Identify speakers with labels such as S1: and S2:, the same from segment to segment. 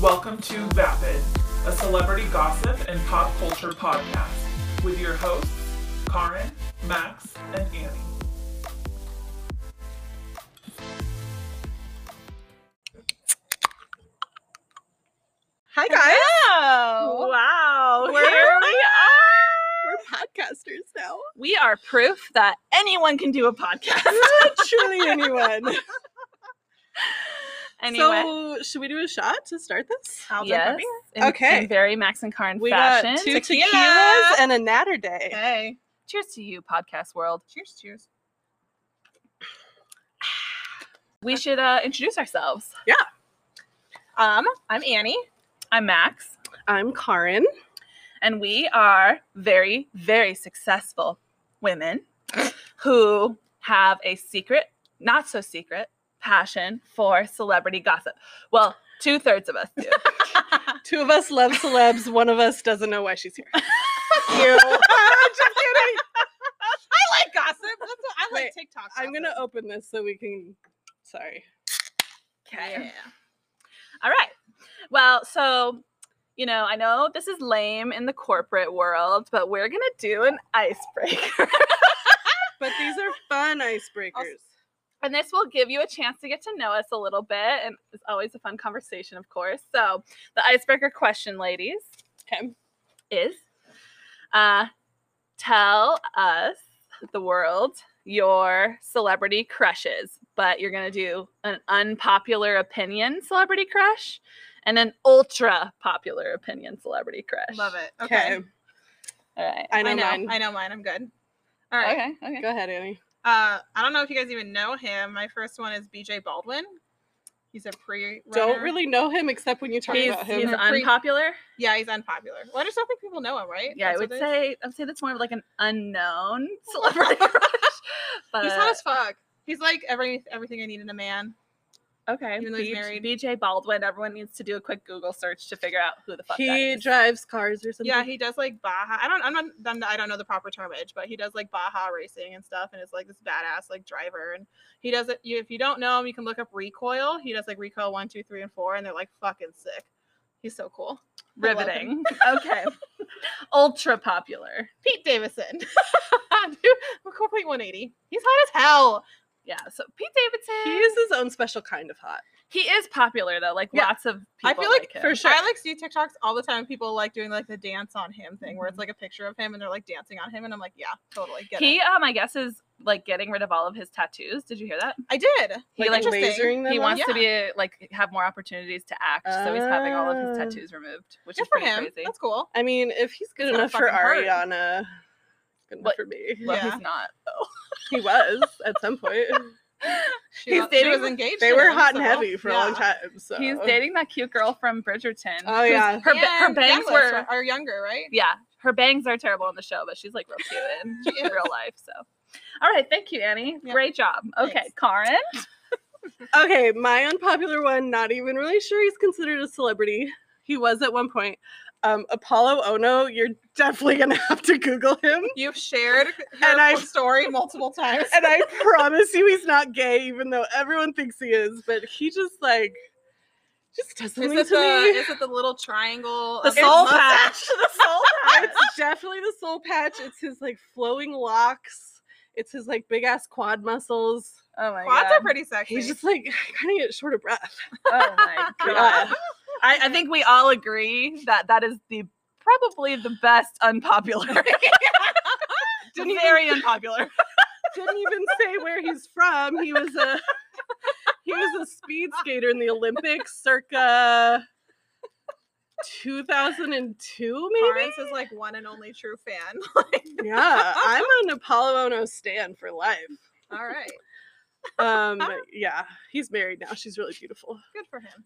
S1: Welcome to Vapid, a celebrity gossip and pop culture podcast with your hosts, Karin, Max, and Annie.
S2: Hi guys.
S3: Oh,
S2: Wow.
S3: here we are.
S2: We're podcasters now.
S3: We are proof that anyone can do a podcast.
S2: Truly anyone.
S3: anyway,
S2: So should we do a shot to start this?
S3: yes, in,
S2: Okay.
S3: in very Max and Karn
S2: We
S3: fashion.
S2: got two
S3: Tequila.
S2: tequilas and a natter day.
S3: Hey, cheers to you, podcast world.
S2: Cheers, cheers.
S3: We should uh, introduce ourselves.
S4: Um, I'm Annie.
S3: I'm Max,
S2: I'm Karin.
S3: and we are very, very successful women who have a secret, not so secret, passion for celebrity gossip. Well, two thirds of us do.
S2: Two of us love celebs. One of us doesn't know why she's here. you.
S4: I like gossip. That's what, I
S2: Wait,
S4: like TikTok.
S2: I'm
S4: gossip.
S2: gonna open this so we can. Sorry.
S3: Okay. All right. Well, so, you know, I know this is lame in the corporate world, but we're going to do an icebreaker.
S2: But these are fun icebreakers.
S3: and this will give you a chance to get to know us a little bit. And it's always a fun conversation, of course. So, the icebreaker question, ladies,
S2: Okay.
S3: is uh, tell us, the world, your celebrity crushes, but you're going to do an unpopular opinion celebrity crush and an ultra popular opinion celebrity crush.
S4: Love it. Okay.
S2: Okay.
S3: All right.
S2: I know,
S4: I know.
S2: mine.
S4: I know mine. I'm good. All right.
S3: Okay. Okay.
S2: Go ahead, Annie.
S4: Uh, I don't know if you guys even know him. My first one is BJ Baldwin. He's a pre.
S2: Don't really know him except when you talk
S3: He's,
S2: about
S3: he's
S2: him.
S4: Pre-
S3: unpopular.
S4: Yeah, he's unpopular. Well, I just don't think people know him, right?
S3: Yeah, I
S4: That's
S3: would
S4: what it is.
S3: say I'd say that's more of like an unknown celebrity crush. But
S4: he's hot as fuck. He's like every everything I need in a man.
S3: okay,
S4: even though he's
S3: B-
S4: married.
S3: BJ Baldwin. Everyone needs to do a quick Google search to figure out who the fuck that
S2: He
S3: is.
S2: drives cars or something.
S4: Yeah, he does like Baja. I don't. I'm not. I'm, I don't know the proper termage, but he does like Baja racing and stuff, and is like this badass like driver. And he does it. You, if you don't know him, you can look up Recoil. He does like Recoil one, two, three, and four, and they're like fucking sick. He's so cool. I love
S3: Riveting.
S4: him.
S3: okay, ultra popular.
S4: Pete Davidson. Dude, a complete 180. He's hot as hell.
S3: Yeah. So Pete Davidson.
S2: He is his own special kind of hot.
S3: he is popular though. Like
S4: Yeah.
S3: lots of people.
S4: I feel like,
S3: him.
S4: for sure. I like see TikToks all the time. People like doing like the dance on him thing, where it's
S3: Mhm.
S4: like a picture of him and they're like dancing on him, and I'm like, yeah, totally. Get
S3: He
S4: it.
S3: um I guess is like getting rid of all of his tattoos. Did you hear that?
S4: I did.
S3: He
S2: like
S3: like
S4: interesting.
S2: lasering them.
S3: he
S2: off?
S3: wants to be like have more opportunities to act, so he's having all of his
S2: Ah.
S3: tattoos removed, which
S4: Oh. Good
S3: is
S4: for
S3: pretty
S4: him.
S3: crazy.
S4: That's cool.
S2: I mean, if he's good
S4: It's not
S2: enough for
S4: fucking hard.
S2: Ariana, good enough
S3: What-
S2: for me.
S3: Well,
S4: Yeah.
S3: he's not.
S2: He was at some point.
S4: She,
S3: He's
S4: was, she
S3: dating-
S4: was engaged.
S2: They
S4: to
S2: were
S4: him,
S2: hot and
S4: so-
S2: heavy for a long
S4: yeah.
S2: time. So
S3: He's dating that cute girl from Bridgerton.
S2: Oh,
S3: who's-
S2: yeah.
S3: her, ba- her
S4: And
S3: bangs
S4: Douglas
S3: were
S4: are- are younger, right?
S3: yeah, her bangs are terrible on the show, but she's like real cute
S4: She
S3: in real life. So, all right, thank you, Annie.
S4: Yeah.
S3: Great job. Okay,
S4: Thanks.
S3: Karin.
S2: Okay, my unpopular one. Not even really sure he's considered a celebrity. He was at one point. Um, Apollo Ono, you're definitely gonna have to Google him.
S4: You've shared her
S2: And I-
S4: story multiple times.
S2: And I promise you, he's not gay, even though everyone thinks he is. But he just like just does
S4: Is
S2: something
S4: it,
S2: to
S4: the,
S2: me.
S4: is it the little triangle?
S2: The
S4: of his
S2: soul
S4: mustache?
S2: patch. The soul patch. it's definitely the soul patch. It's his like flowing locks. It's his like big ass quad muscles.
S3: Oh my
S4: Quads
S3: god.
S4: are pretty sexy.
S2: He's just like kind of get short of breath.
S3: oh my god. I, I think we all agree that that is the probably the best unpopular.
S2: Didn't even-
S3: Very unpopular.
S2: Didn't even say where he's from. He was a he was a speed skater in the Olympics circa 2002 maybe.
S4: Lawrence is like one and only true fan.
S2: Yeah, I'm an Apollo Ono stan for life.
S4: All right,
S2: Um yeah, he's married now. She's really beautiful.
S4: good for him.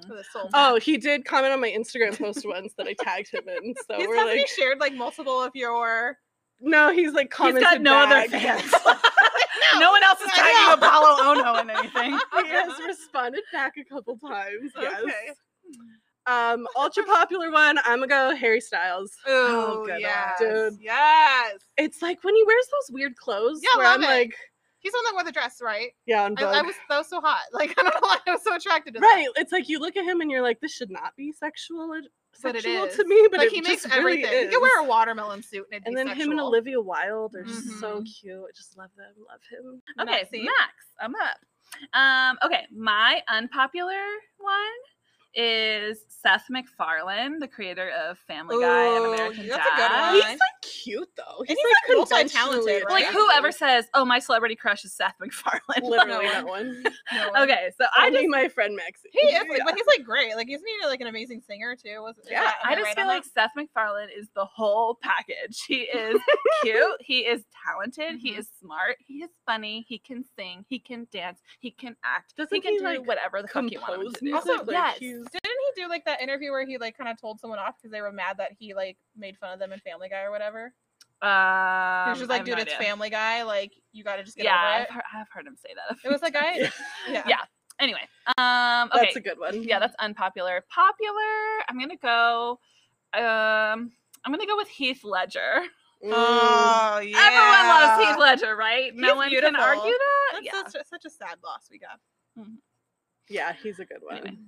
S3: Mhm.
S4: For the soul. patch.
S2: Oh, he did comment on my Instagram post once that I tagged him in. So
S4: he's
S2: we're
S4: has
S2: like,
S4: shared like multiple of your.
S2: no, he's like
S3: He's
S2: commented
S3: got no other
S2: back.
S3: fans. no. one else is tagging Apollo Ono in anything.
S2: he has responded back a couple times. Yes.
S4: Okay.
S2: Um, ultra popular one. I'm gonna go Harry Styles.
S4: Oh,
S3: good
S4: yes,
S2: Dude.
S4: yes.
S2: It's like when he wears those weird clothes
S4: Yeah,
S2: where
S4: love
S2: I'm
S4: it.
S2: like,
S4: He's the one that wore the dress, right?
S2: Yeah, on
S4: I, I
S2: Vogue.
S4: was that was so hot. Like I don't know why I was so attracted to that.
S2: right. It's like you look at him and you're like, this should not be sexual,
S4: But it
S2: sexual to
S4: is.
S2: me, but
S4: like
S2: it
S4: he makes
S2: just really
S4: everything. He could
S2: is.
S4: wear a watermelon suit and it'd
S2: And
S4: be
S2: then him and
S4: sexual.
S2: Olivia Wilde are just so
S4: Mhm.
S2: cute. I just love them. Love him.
S3: Okay,
S4: Maxi.
S3: Max, I'm up. Um, okay, my unpopular one is Seth MacFarlane, the creator of Family Guy and
S4: Ooh,
S3: American
S4: that's a good
S3: Dad.
S2: He's
S4: Fine.
S2: like cute though.
S4: he's, like, multi-talented,
S2: conventionally
S4: right?
S3: Like
S2: attractive.
S3: whoever says, "Oh, my celebrity crush is Seth MacFarlane,"
S2: Literally
S4: No
S2: that one.
S4: No way.
S3: okay, so I
S2: I
S3: just
S2: be my friend Maxie.
S4: He is,
S2: Yeah.
S4: like, but he's like great. Like isn't he like an amazing singer too? Was is
S2: Yeah,
S4: that- am
S3: I just
S4: right
S3: feel
S4: on
S3: like
S4: that?
S3: Seth MacFarlane is the whole package. He is cute. He is talented. He
S4: Mhm.
S3: is smart. He is funny. He can sing. He can dance. He can act. he
S2: Doesn't
S3: can
S2: he,
S3: do
S2: like,
S3: whatever the fuck you want him
S2: compose
S3: to do.
S2: music.
S4: Also,
S2: like,
S3: yes.
S2: he's-
S4: didn't he do like that interview where he like kind of told someone off because they were mad that he like made fun of them in Family Guy or whatever?
S3: Um,
S4: he was just
S3: I
S4: like,
S3: have
S4: dude,
S3: no
S4: it's
S3: idea.
S4: Family Guy. Like you got to just get
S3: Yeah,
S4: over
S3: I've
S4: it.
S3: heard, I've heard him say that. a
S4: It was like I.
S2: Yeah.
S4: Yeah.
S3: Yeah. Anyway, um, okay,
S2: That's a good one.
S3: yeah, that's unpopular. Popular. I'm gonna go. Um, I'm gonna go with Heath Ledger.
S2: Mm.
S4: yeah.
S3: Everyone loves Heath Ledger, right? no
S4: He's
S3: one
S4: beautiful.
S3: can argue that.
S4: That's such, a, such a sad loss we got.
S2: yeah, he's a good one.
S3: Anyway. yeah.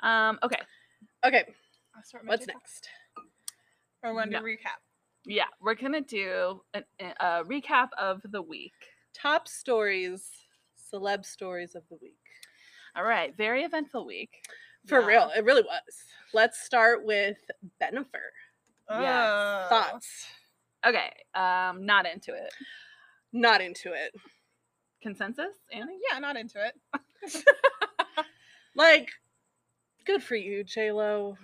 S3: Um. Okay.
S2: Okay,
S4: I'll start my
S2: what's
S4: TikTok.
S2: next?
S4: Or when
S3: No.
S4: to recap.
S3: Yeah, we're gonna do an, a recap of the week.
S2: Top stories, celeb stories of the week.
S3: All right, very eventful week.
S2: For
S4: Yeah.
S2: real, it really was. Let's start with Benifer. Uh.
S4: Ugh.
S2: Thoughts?
S3: Okay, um, not into it.
S2: Not into it.
S3: Consensus, Annie?
S4: Yeah, not into it.
S2: Like, good for you, J Lo.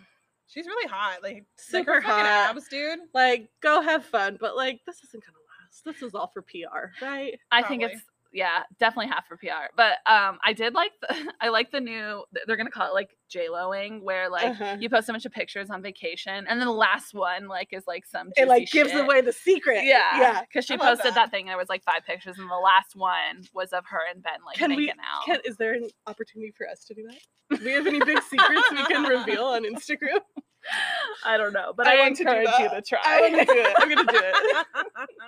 S4: She's really hot. Like
S2: Super
S4: like her fucking
S2: hot.
S4: abs, dude.
S2: Like, go have fun, but like, this isn't gonna last. This is all for PR, right?
S3: I think
S4: Probably.
S3: it's yeah, definitely half for PR. But um, I did like the, I like the new. th- They're gonna call it like J Loing, where like
S2: Uh-huh.
S3: you post a bunch of pictures on vacation, and then the last one like is like some.
S2: It like
S3: juicy
S2: gives
S3: shit.
S2: away the secret.
S3: Yeah,
S2: yeah.
S3: Because she
S4: I love
S3: posted that.
S4: that.
S3: thing. There was like five pictures, and the last one was of her and Ben like
S2: Can
S3: making
S2: we-
S3: out.
S2: Can, is there an opportunity for us to do that? Do we have any big secrets we can reveal on Instagram?
S3: I don't know, but
S2: I
S3: I,
S2: want to do
S3: encourage you
S2: that.
S3: to try.
S2: I want to do it. I'm gonna do it.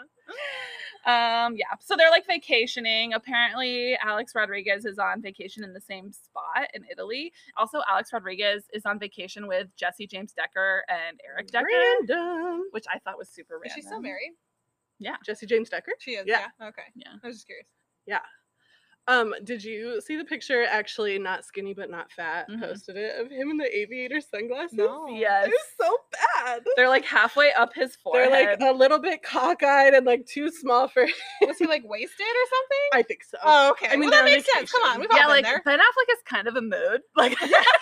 S3: um, yeah. So they're like vacationing. Apparently, Alex Rodriguez is on vacation in the same spot in Italy. Also, Alex Rodriguez is on vacation with Jesse James Decker and Eric Decker,
S2: Random.
S3: which I thought was super random.
S4: Is she still married?
S2: Jesse James Decker.
S4: She is.
S2: Yeah.
S4: Yeah. Okay.
S3: Yeah.
S4: I was just curious.
S2: Um, did you see the picture? Actually, not skinny but not fat.
S3: Mhm.
S2: Posted it of him in the aviator sunglasses.
S4: No.
S3: Yes.
S2: It's so bad.
S3: They're like halfway up his
S2: They're
S3: forehead.
S2: like oh, a little bit cockeyed and like too small for.
S4: Was he like wasted or something?
S2: I think so.
S4: Oh, okay.
S2: I mean,
S4: well, that
S2: they're on
S4: makes sense. Come on,
S2: vacation.
S4: we've all
S3: yeah,
S4: been
S3: like
S4: there.
S3: Ben Affleck is kind of a mood.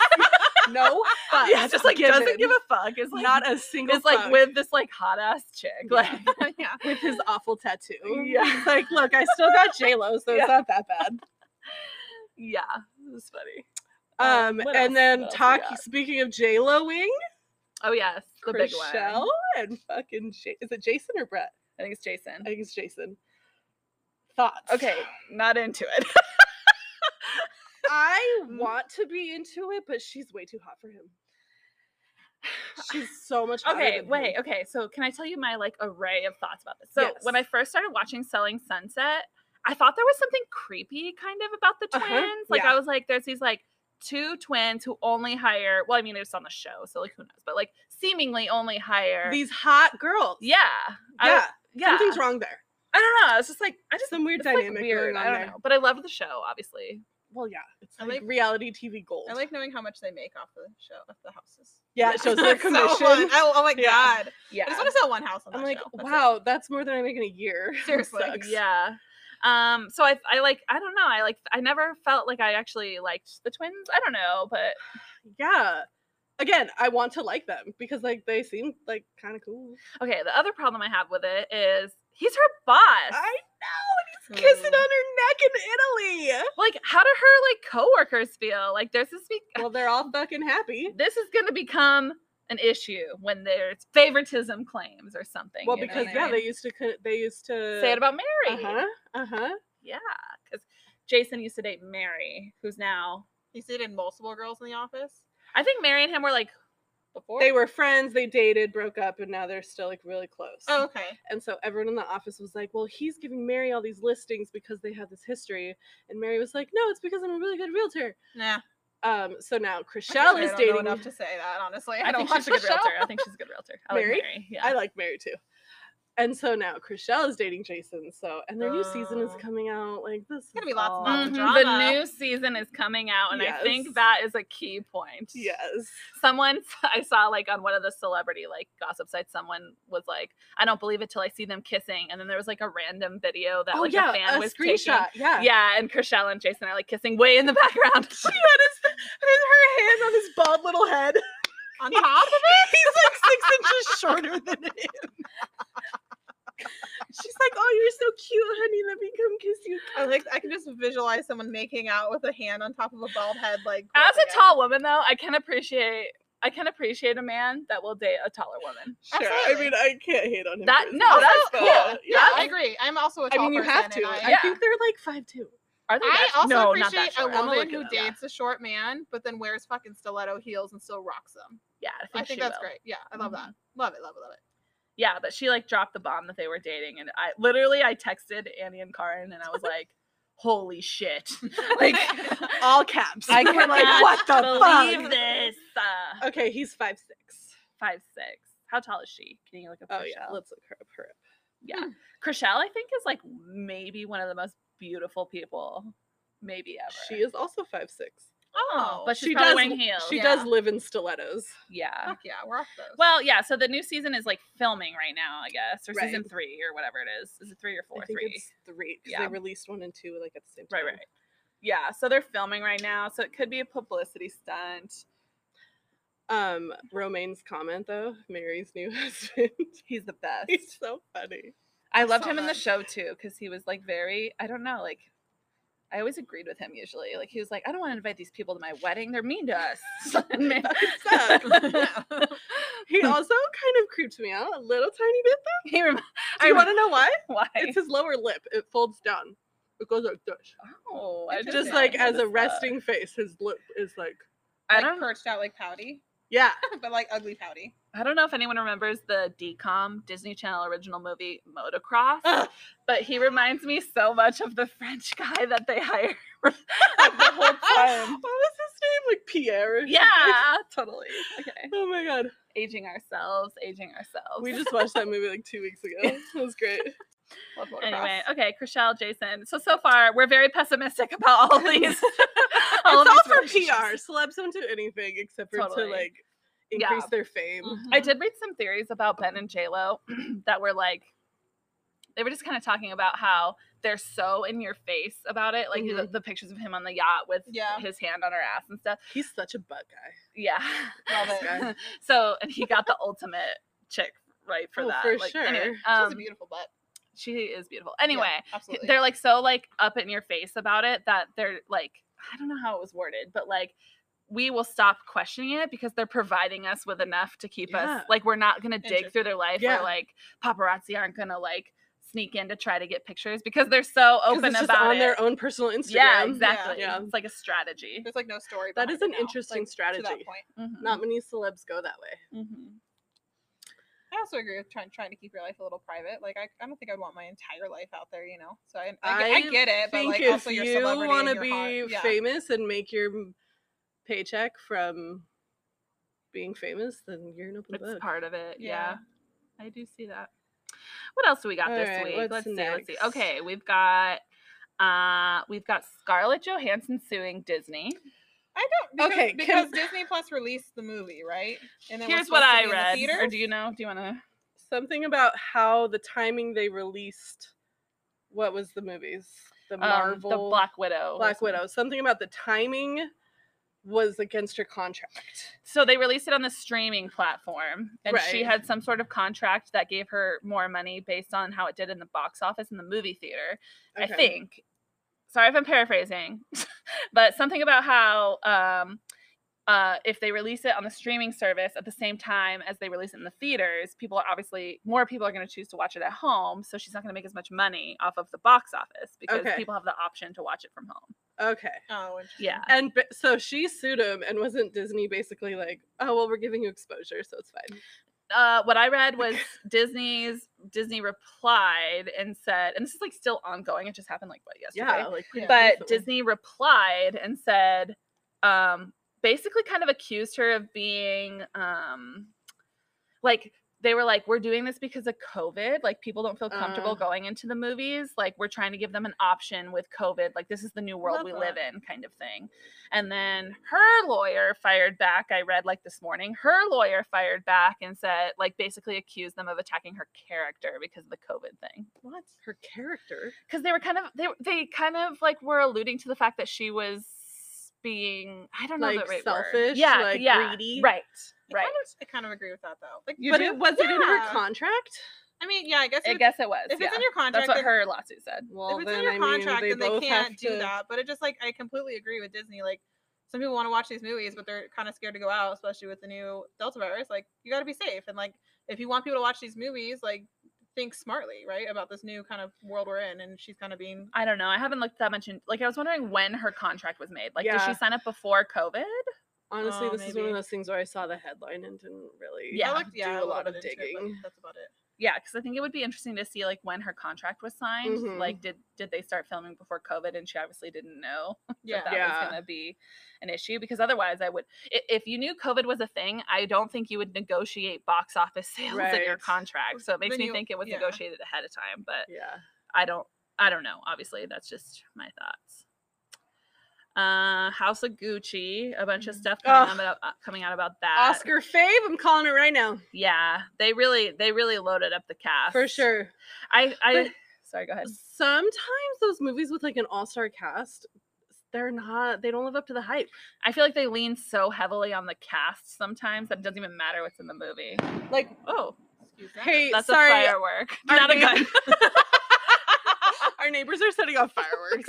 S3: Like,
S2: no, fucks
S3: yeah, just like doesn't
S2: given.
S3: give a fuck. Is like
S2: not a single.
S3: is like
S2: fuck.
S3: with this like hot ass chick. Like,
S4: yeah.
S2: with his awful tattoo.
S3: Yeah.
S2: He's like, look, I still got J Lo, so
S3: Yeah.
S2: it's not that bad.
S3: yeah, it was funny. Um,
S2: Um,
S3: what else-
S2: and then
S3: what else we
S2: talk.
S3: got?
S2: Speaking of J Lo wing,
S3: Oh yes, the big one.
S2: Chriselle and fucking J- is it Jason or Brett?
S3: I think it's Jason.
S2: I think it's Jason. Thoughts?
S3: Okay, not into it.
S2: I
S3: Mm.
S2: want to be into it, but she's way too hot for him. She's so much. hotter
S3: okay,
S2: than
S3: wait.
S2: him.
S3: Okay, so can I tell you my like array of thoughts about this? So
S2: Yes.
S3: when I first started watching Selling Sunset, I thought there was something creepy kind of about the
S2: Uh-huh,
S3: twins. Like
S2: yeah.
S3: I was like, there's these like two twins who only hire. Well, I mean, it's on the show, so like who knows? But like seemingly only hire.
S2: These hot girls.
S3: yeah, I-
S2: yeah,
S3: yeah.
S2: Something's wrong there.
S3: I don't know. It's just like I just
S2: Some weird
S3: it's, like,
S2: dynamic
S3: weird.
S2: going on
S3: I don't
S2: there.
S3: know, but I love the show, obviously.
S2: Well, yeah, it's
S4: I
S2: like,
S4: like-
S2: reality TV gold.
S4: I like knowing how much they make off the show, off the houses.
S2: Yeah, it shows their
S4: That's so
S2: commission.
S4: fun. oh, oh my
S2: Yeah.
S4: god!
S3: Yeah,
S4: I just want to sell one house on that
S2: I'm like,
S4: show. That's it.
S2: wow, that's more than I make in a year.
S4: Seriously,
S2: Sucks.
S3: Yeah. Um, so I I like I don't know, I like I never felt like I actually liked the twins. I don't know, but
S2: yeah. Again, I want to like them because like they seem like kind of cool.
S3: okay, the other problem I have with it is he's her boss.
S2: know,
S4: and he's
S2: kissing
S4: kissing
S2: on
S4: on
S2: her neck in Italy.
S3: Like, how do her like coworkers feel? Like there's this be-
S2: Well, they're all fucking happy.
S3: this is gonna become an issue when there's favoritism claims or something.
S2: Well,
S3: you know
S2: because
S3: what I
S2: yeah,
S3: mean?
S2: they used to co- they used to
S3: say it about Mary.
S2: uh-huh, uh-huh.
S3: Yeah. Because Jason used to date Mary, who's now
S4: He's dated multiple girls in the office.
S3: I think Mary and him were like
S4: before?
S2: They were friends, they dated, broke up, and now they're still like really close.
S4: Oh, okay.
S2: And so everyone in the office was like, Well, he's giving Mary all these listings because they have this history. And Mary was like, No, it's because I'm a really good realtor.
S4: Nah.
S2: Um, so now Chriselle is
S4: Actually, I don't know
S2: dating.
S4: enough to say that. Honestly,
S3: I,
S4: I, don't
S3: think she's
S4: watch
S3: a good
S4: the show.
S3: realtor. I think she's a good realtor. I like
S2: Mary?
S3: Mary. Yeah.
S2: I like Mary too. And so now Chriselle is dating Jason. So and their new season is
S4: Oh.
S2: coming out like this.
S4: gonna
S2: is
S4: be lots and
S2: all-
S4: lots of
S3: Mhm,
S4: drama.
S3: The new season is coming out, and I
S2: Yes.
S3: think that is a key point.
S2: Yes.
S3: Someone I saw like on one of the celebrity like gossip sites, someone was like, "I don't believe it till I see them kissing," and then there was like a random video that
S2: oh
S3: like
S2: yeah,
S3: a fan was
S2: screenshot. Yeah.
S3: taking. Yeah, and Chriselle and Jason are like kissing way in the background.
S2: She had his, her hand on his bald little head.
S4: On top of
S2: He's like six inches shorter than him. She's like, "Oh, you're so cute, honey. Let me come kiss you."
S4: it, I like I can just visualize someone making out with a hand on top of a bald head. Like
S3: As
S4: gripping
S3: a
S4: it.
S3: tall woman, though, I can appreciate I can appreciate a man that will date a taller woman.
S2: Sure. I
S4: Absolutely.
S2: mean, I can't hate on him.
S3: That-
S2: for his
S3: no,
S2: size,
S3: that's
S2: but,
S3: cool.
S2: uh,
S4: Yeah, I
S2: I,
S4: agree. I'm also a tall
S2: mean, you have
S4: person,
S2: to.
S4: and
S2: I,
S4: I,
S3: Yeah.
S2: think they're like five two.
S3: Are they?
S4: I
S3: that-
S4: also
S3: no, not
S4: appreciate
S3: that short.
S4: a
S3: I'm gonna
S4: woman
S3: look it
S4: who
S3: up.
S4: dates a short man, but then wears fucking stiletto heels and still rocks them.
S3: Yeah, I
S4: I
S3: think,
S4: think,
S3: she
S4: that's
S3: will.
S4: great. Yeah, I love that. Love it. Love it. Love it.
S3: yeah, but she like dropped the bomb that they were dating, and I literally I texted Annie and Karin, and I was like, "Holy shit!" like,
S2: All caps.
S3: I
S2: We're
S3: cannot
S2: like, what the
S3: believe
S2: fuck?
S3: this. Uh,
S2: Okay, he's five six.
S3: five six. How tall is she? Can you look up?
S2: Oh
S3: Chrishell?
S2: yeah, Hmm. let's look her up. Her up.
S3: yeah. Chrishell, I think, is like maybe one of the most beautiful people, maybe ever.
S2: She is also five six.
S3: Oh, but she's
S2: she
S3: probably
S2: does.
S3: wearing heels.
S2: She
S4: Yeah.
S2: does live in stilettos.
S3: yeah.
S4: Fuck yeah, we're off those.
S3: Well, yeah. So the new season is like filming right now, I guess, or season
S2: Right.
S3: three or whatever it is. Is it three or four?
S2: I think
S3: Three.
S2: it's three because
S3: Yeah.
S2: they released one and two like at the same time.
S3: Right, right. Yeah, so they're filming right now, so it could be a publicity stunt.
S2: Um, Romaine's comment though, Mary's new husband.
S3: He's the best.
S2: He's so funny.
S3: I loved
S4: so
S3: him in the
S4: much.
S3: show too because he was like very, I don't know, like I always agreed with him usually. Like he was like, I don't want to invite these people to my wedding; they're mean to us. And ma-
S2: He also kind of creeps me out a little tiny bit.
S3: he rem-
S2: Do
S3: I
S2: you want to know why?
S3: why?
S2: It's his lower lip. It folds down. It goes like this.
S3: oh,
S4: It's
S3: didn't
S2: Just
S3: know.
S2: like as
S3: I
S2: a
S3: noticed that.
S2: resting face, his lip is like,
S3: I
S4: Like,
S3: don't.
S4: perched out like pouty,
S2: yeah.
S4: but like ugly pouty.
S3: I don't know if anyone remembers the DCOM Disney Channel original movie Motocross,
S2: Ugh.
S3: but he reminds me so much of the French guy that they hire like, the whole time.
S2: what was his name? Like Pierre. or something?
S3: Um Yeah, totally. Okay.
S2: Oh my god.
S3: Aging ourselves, aging ourselves.
S2: We just watched that movie like two weeks ago. It was great.
S4: Love motocross.
S3: anyway, okay, Chriselle, Jason. So so far, we're very pessimistic about all these. all
S2: it's all
S3: of these
S2: for PR.
S3: relationships.
S2: Celebs don't do anything except for
S3: Totally.
S2: to like
S3: Yeah.
S2: increase their fame.
S4: Mm-hmm.
S3: I did read some theories about Ben and J Lo that were like, they were just kind of talking about how they're so in your face about it, like the,
S2: Mhm.
S3: the pictures of him on the yacht with
S4: Yeah.
S3: his hand on her ass and stuff.
S2: He's such a butt guy.
S3: Yeah.
S4: Love it.
S2: Yeah.
S3: so and he got the ultimate chick right for
S2: Oh,
S3: that.
S2: for
S3: like,
S2: sure.
S3: anyway,
S2: She's
S4: She has
S3: um,
S4: a beautiful butt.
S3: she is beautiful.
S4: Yeah,
S3: Anyway, h-
S4: absolutely.
S3: they're like so like up in your face about it that they're like I don't know how it was worded, but like we will stop questioning it because they're providing us with enough to keep us
S2: Yeah.
S3: like we're not gonna dig through their life
S2: Yeah.
S3: or like paparazzi aren't gonna like sneak in to try to get pictures because they're so
S2: 'Cause
S3: open
S2: it's just
S3: about
S2: on
S3: it.
S2: their own personal Instagram.
S3: yeah, exactly.
S2: Yeah.
S3: It's like a strategy.
S4: There's like no story.
S2: That is
S4: behind it
S2: an
S4: now,
S2: interesting
S4: like,
S2: strategy.
S4: To that point,
S3: Mhm,
S2: Not many celebs go that way.
S3: mhm.
S4: I also agree with trying trying to keep your life a little private. Like I, I don't think I'd want my entire life out there, you know. So I, I, get- I
S2: I
S4: get it,
S2: I
S4: but
S2: think
S4: like
S2: if
S4: also your
S2: you
S4: celebrity
S2: wanna
S4: and your heart-
S2: be
S4: yeah.
S2: famous and make your m- paycheck from being famous, then you're an open
S3: It's
S2: book.
S3: part of it. Yeah.
S4: Yeah.
S3: I do see that. What else do we got
S2: All
S3: this
S2: right,
S3: week?
S2: what's
S3: let's see. Let's
S2: next?
S3: see. Okay, we've got uh we've got Scarlett Johansson suing Disney.
S4: I don't because,
S2: Okay, can-
S4: because Disney Plus released the movie, right? And we're
S3: Here's what
S4: supposed to
S3: I
S4: be in the
S3: read. Or
S4: theaters?
S3: do you know? Do you um, want to?
S2: Something about how the timing they released what was the movies? The Marvel
S3: Um, the Black Widow. or
S2: Black
S3: something.
S2: Widow. Something about the timing was against her contract.
S3: So they released it on the streaming platform, and she
S2: Right.
S3: had some sort of contract that gave her more money based on how it did in the box office in the movie theater. I think. Sorry if I'm paraphrasing, but something about how um, uh, if they release it on the streaming service at the same time as they release it in the theaters, people are obviously more people are going to choose to watch it at home. So she's not going to make as much money off of the box office because
S2: Okay.
S3: people have the option to watch it from home.
S2: Okay.
S4: Oh, interesting.
S3: Yeah.
S2: And b- so she sued him, and wasn't Disney basically like, oh, well, we're giving you exposure, so it's fine.
S3: Uh, what I read was Disney's Disney replied and said, and this is like still ongoing. It just happened like what yesterday.
S2: like,
S4: pretty
S3: but Disney replied and said, um, basically, kind of accused her of being um, like they were like, "We're doing this because of COVID. Like people don't feel comfortable
S2: Uh.
S3: going into the movies. Like we're trying to give them an option with COVID. Like this is the new world
S4: love
S3: we live
S4: that.
S3: in, kind of thing." And then her lawyer fired back. I read like this morning, her lawyer fired back and said, like basically accused them of attacking her character because of the COVID thing
S2: what? Her character.
S3: because they were kind of they they kind of like were alluding to the fact that she was being I don't know
S2: Like,
S3: the right word.
S2: selfish,
S3: yeah,
S2: like,
S3: yeah,
S2: greedy?
S3: right,
S4: I
S3: right.
S4: kind, of, I kind of agree with that though. Like,
S2: but it was it in her
S4: Yeah.
S2: contract?
S4: I mean, yeah, I guess.
S3: I
S4: if-
S3: guess it was.
S4: if
S3: yeah.
S4: it's in your contract,
S3: That's what
S4: then-
S3: her lawsuit said.
S2: Well,
S4: if it's
S2: then
S4: in your
S2: I
S4: contract,
S2: mean, they
S4: then they
S2: both
S4: can't
S2: have
S4: do
S2: to-
S4: that. But it just like I completely agree with Disney. Like some people want to watch these movies, but they're kind of scared to go out, especially with the new Delta virus. Like you got to be safe, and like if you want people to watch these movies, like think smartly, right, about this new kind of world we're in. And she's kind of being
S3: I don't know. I haven't looked that much in. Like, I was wondering when her contract was made. Like, did
S2: Yeah.
S3: she sign up before COVID?
S2: Honestly,
S4: Oh,
S2: this is one of
S4: maybe.
S2: those things where I saw the headline and didn't really
S3: Yeah,
S4: I looked, yeah,
S2: do
S4: I
S2: a lot
S4: bit
S2: of
S4: into it, but
S2: digging.
S4: that's about it.
S3: Yeah, because I think it would be interesting to see like when her contract was signed.
S4: Mm-hmm.
S2: Mhm.
S3: Like, did did they start filming before COVID? And she obviously didn't know.
S4: Yeah,
S3: that that
S2: Yeah.
S3: was going to be an issue because otherwise I would i- if you knew COVID was a thing, I don't think you would negotiate box office sales in your
S2: Right.
S3: contract. So it makes
S4: Then
S3: me
S4: you-
S3: think it was
S4: yeah.
S3: negotiated ahead of time, but
S2: Yeah.
S3: I don't I don't know. Obviously, that's just my thoughts. Uh, House of Gucci, a bunch of
S4: Mhm.
S3: stuff
S2: Ugh.
S3: coming, out about, uh, coming out about that.
S2: Oscar fave, I'm calling it right now.
S3: yeah, they really they really loaded up the cast
S2: For sure.
S3: I I
S2: But-
S3: sorry, go ahead.
S2: Sometimes those movies with like an all-star cast, they're not they don't live up to the hype.
S3: I feel like they lean so heavily on the cast sometimes that it doesn't even matter what's in the movie.
S2: Like,
S3: Oh,
S4: Excuse that.
S2: hey,
S3: that's
S2: sorry,
S3: a firework,
S2: our
S3: not a
S2: neighbor-
S3: gun.
S2: our neighbors are setting off fireworks.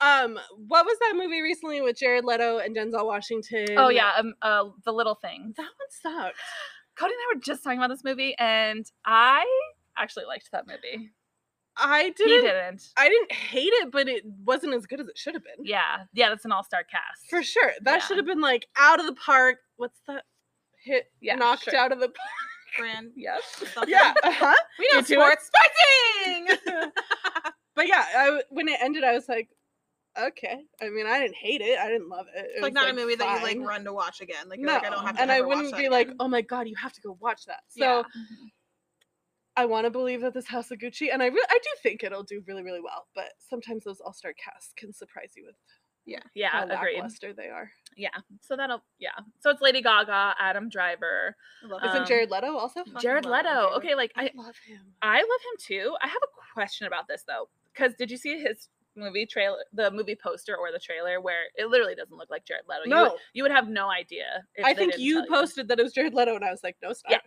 S2: um, what was that movie recently with Jared Leto and Denzel Washington?
S3: Oh yeah, um, uh, the little thing.
S2: That one sucked.
S3: Cody and I were just talking about this movie, and I actually liked that movie.
S2: I
S3: He
S2: didn't
S3: didn't.
S2: I didn't hate it, but it wasn't as good as it should have been.
S3: Yeah, yeah, that's an all-star cast.
S2: For sure. That
S3: Yeah.
S2: should have been like out of the park. What's that hit
S3: Yeah,
S2: knocked
S3: sure.
S2: out of the park?
S4: Brand.
S3: Yes.
S4: something.
S2: Yeah. Uh-huh.
S4: we know
S2: You do it.
S4: sports. Fighting.
S2: But yeah, I w when it ended, I was like, okay. I mean, I didn't hate it. I didn't love it. It
S4: It's
S2: was,
S4: like not a movie that you
S2: fine.
S4: like run to watch again. Like, you're
S2: No,
S4: like I don't have to
S2: and I
S4: ever watch
S2: wouldn't
S4: that
S2: be like,
S4: again.
S2: oh my god, you have to go watch that. So
S4: Yeah.
S2: I want to believe that this House of Gucci, and I really, I do think it'll do really, really well. But sometimes those all star casts can surprise you with
S3: yeah,
S2: how
S3: agreed.
S2: lackluster they are.
S3: Yeah, so that'll yeah. So it's Lady Gaga, Adam Driver,
S4: I love
S3: Um,
S2: Isn't Jared Leto also?
S4: Fucking
S3: Jared
S4: love Adam
S3: Leto.
S4: Driver.
S3: Okay, like I
S2: love him.
S3: I love him too. I have a question about this though, because did you see his movie trailer, the movie poster or the trailer where it literally doesn't look like Jared Leto? you would,
S2: No,
S3: you would have no idea. if
S2: I
S3: they
S2: think
S3: didn't
S2: you
S3: tell
S2: posted that it was Jared Leto, and I was like, no, stop.
S3: Yeah.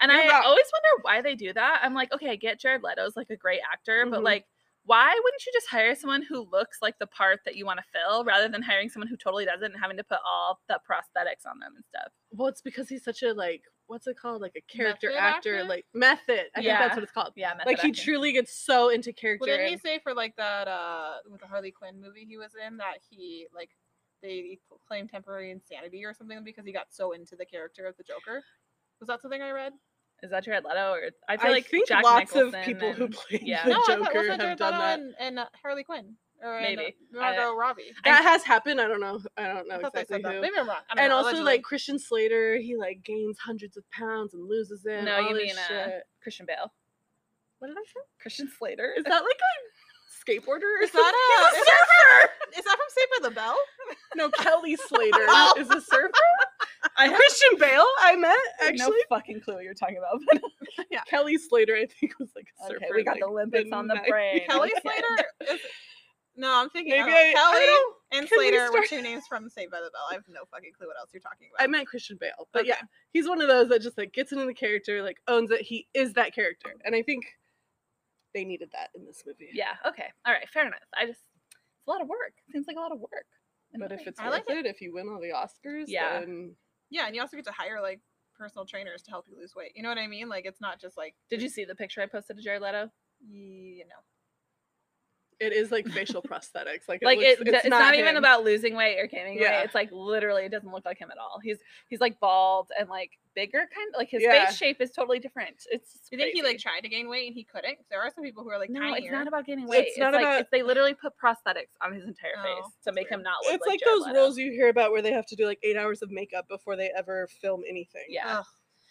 S3: And
S2: you're
S3: I
S2: wrong.
S3: always wonder why they do that. I'm like, okay, I get Jared Leto's like a great actor, but
S2: Mhm.
S3: like. Why wouldn't you just hire someone who looks like the part that you want to fill rather than hiring someone who totally doesn't and having to put all the prosthetics on them and stuff?
S2: Well, it's because he's such a like, what's it called? Like a character
S4: Method
S2: actor,
S4: actor?
S2: like method. I think
S3: Yeah.
S2: that's what it's called.
S3: Yeah, method
S2: like he
S3: acting.
S2: truly gets so into character.
S4: Well, didn't he
S2: and-
S4: say for like that uh with the Harley Quinn movie he was in that he like they claimed temporary insanity or something because he got so into the character of the Joker? Was that something I read?
S3: Is that Jared Leto? Or I feel like
S2: think
S3: Jack
S2: lots
S3: Nicholson
S2: of people who
S3: and-
S2: play
S3: yeah.
S2: the
S4: no, Oh, I thought
S2: Joker
S4: wasn't it
S2: have
S4: Jared
S2: done
S4: Leto
S2: that.
S4: and, and uh, Harley Quinn or and, uh,
S3: Maybe. I-
S4: Margot Robbie.
S2: That has happened. I don't know. I don't know
S4: I thought they
S2: exactly
S4: said that.
S2: who.
S4: Maybe I'm wrong. I don't
S2: And
S4: know,
S2: also
S4: allegedly.
S2: like Christian Slater, he like gains hundreds of pounds and loses it.
S3: No,
S2: all
S3: you
S2: this
S3: mean, uh,
S2: shit.
S3: Christian Bale. What did I say? Christian Slater.
S2: is that like a skateboarder? Or
S4: is that a, is, that, is that from Saved by the Bell?
S2: no, Kelly Slater
S4: Oh.
S2: is a surfer.
S3: I have
S2: Christian Bale, I met actually.
S3: no fucking clue what you're talking about. But
S2: Kelly Slater, I think, was like a surfer.
S3: okay, we got the
S2: like,
S3: Olympics on the
S2: night-
S3: brain.
S4: Kelly
S3: Okay.
S4: Slater. Is, no, I'm thinking
S2: Maybe
S4: oh,
S2: I- I
S4: Kelly
S2: don't-
S4: and
S2: can we
S4: Slater were
S2: start-
S4: two names from Saved by the Bell. I have no fucking clue what else you're talking about.
S2: I meant Christian Bale, but
S4: Okay.
S2: yeah, he's one of those that just like gets into the character, like owns it. He is that character, and I think they needed that in this movie.
S3: Yeah. Okay. All right. Fair enough. I just it's a lot of work. Seems like a lot of work.
S2: But if it's
S4: I
S2: worth
S4: like
S2: it, if you win all the Oscars,
S3: Yeah.
S2: then
S4: Yeah, and you also get to hire like personal trainers to help you lose weight. You know what I mean? Like it's not just like
S3: Did you see the picture I posted to Jared Leto?
S4: you know.
S2: it is like facial prosthetics. Like, it
S3: like
S2: looks-
S3: it, it's, not, even
S2: him.
S3: about losing weight or gaining
S2: Yeah.
S3: weight. It's like literally, it doesn't look like him at all. He's he's like bald and like bigger, kind of like his
S2: Yeah.
S3: face shape is totally different. It's just
S4: Do you think he like
S3: crazy.
S4: tried to gain weight and he couldn't? 'Cause There are some people who are like
S3: no,
S4: tinier.
S3: it's not about gaining weight. It's,
S2: not
S3: like
S2: about-
S3: it's- they literally put prosthetics on his entire
S4: Oh,
S3: face to
S4: that's
S3: make him
S4: weird.
S3: not look.
S2: It's
S3: like,
S2: like
S3: Jared
S2: those
S3: Leto.
S2: roles you hear about where they have to do like eight hours of makeup before they ever film anything.
S3: Yeah,
S4: Ugh.